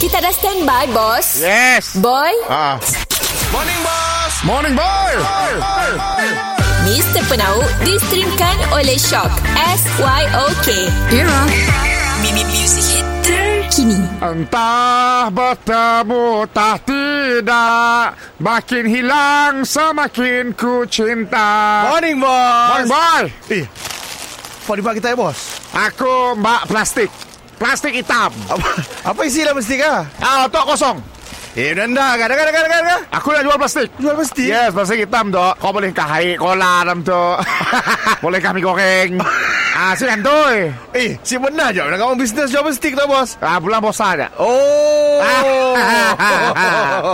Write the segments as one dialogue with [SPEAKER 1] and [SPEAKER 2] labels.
[SPEAKER 1] Kita dah standby, bos.
[SPEAKER 2] Yes.
[SPEAKER 1] Boy,
[SPEAKER 2] Ah.
[SPEAKER 3] Morning Boss
[SPEAKER 2] Morning boy.
[SPEAKER 1] Mr. Penau distrimkan oleh Shock. S-Y-O-K. Era. Mimi Music Hit terkini.
[SPEAKER 2] Entah bertemu tah tidak, makin hilang semakin ku cinta.
[SPEAKER 3] Ha. Morning Boss
[SPEAKER 2] Morning boy. Ih,
[SPEAKER 3] Apa dibuat kita ya Boss?
[SPEAKER 2] aku mbak plastik. Plastik hitam.
[SPEAKER 3] Apa, apa isi lah mesti kah?
[SPEAKER 2] Ah, tok kosong.
[SPEAKER 3] Eh rendah kah? Dengar dengar dengar dengar
[SPEAKER 2] Aku nak jual plastik.
[SPEAKER 3] Jual mesti
[SPEAKER 2] Yes, plastik hitam tu. Kau boleh kahai kola dalam tu. boleh kami goreng. ah, silakan tu.
[SPEAKER 3] Eh si benar je Nak kamu bisnes jual mesti tak Boss?
[SPEAKER 2] Ah, bulan bosan je.
[SPEAKER 3] Oh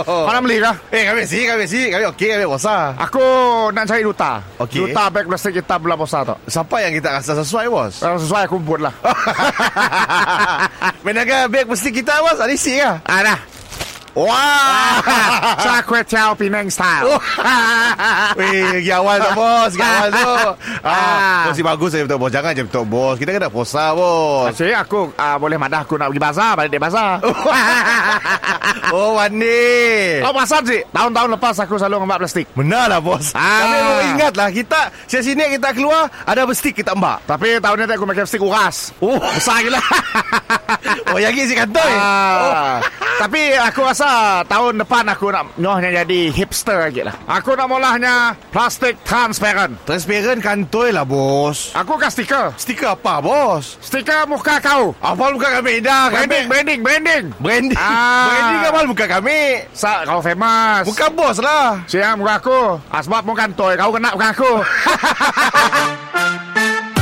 [SPEAKER 2] Kau nak beli kah?
[SPEAKER 3] Eh kami si kami si Kami okey kami bos ah.
[SPEAKER 2] Aku nak cari duta
[SPEAKER 3] Okey.
[SPEAKER 2] Duta beg plastik hitam belah posa tu
[SPEAKER 3] Siapa yang kita rasa sesuai Boss?
[SPEAKER 2] Kalau sesuai aku buat lah
[SPEAKER 3] Menaga beg mesti kita Boss Ada isi kah?
[SPEAKER 2] Ah dah
[SPEAKER 3] Wah
[SPEAKER 2] Sa kue tiao Penang style
[SPEAKER 3] Oh. Weh, gawan tak bos Gawan tu
[SPEAKER 2] Ah.
[SPEAKER 3] ah, Mesti bagus saya betul bos Jangan je betul bos Kita kena posa bos
[SPEAKER 2] Jadi aku ah, boleh madah aku nak pergi bazar Balik dari bazar
[SPEAKER 3] Oh Wani
[SPEAKER 2] Kau perasan sih Oh, Tahun-tahun lepas aku selalu ngembak plastik
[SPEAKER 3] Benar lah bos
[SPEAKER 2] Ah.
[SPEAKER 3] Kami memang ingat lah Kita Siap sini kita keluar Ada bestik kita mbak
[SPEAKER 2] Tapi tahun ni aku pakai plastik uras
[SPEAKER 3] Oh
[SPEAKER 2] Besar gila
[SPEAKER 3] Oh yang isi kantor Oh.
[SPEAKER 2] Ah, Tapi aku rasa tahun depan aku nak nyohnya jadi hipster lagi lah. Aku nak molahnya plastik transparent.
[SPEAKER 3] Transparent kantor lah bos
[SPEAKER 2] Aku kasih stiker.
[SPEAKER 3] Stiker apa bos
[SPEAKER 2] Stiker muka kau.
[SPEAKER 3] Apa bukan kami dah
[SPEAKER 2] Branding,
[SPEAKER 3] kami
[SPEAKER 2] branding, branding.
[SPEAKER 3] Branding
[SPEAKER 2] Ah.
[SPEAKER 3] Branding apa bukan kami
[SPEAKER 2] Sa, kau famous.
[SPEAKER 3] Bukan bos lah
[SPEAKER 2] Siang muka aku. Asbab muka toy kau kena muka aku.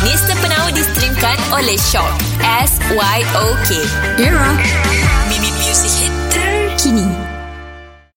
[SPEAKER 1] Mr. Penau distrimkan oleh Shock. S-Y-O-K. Era.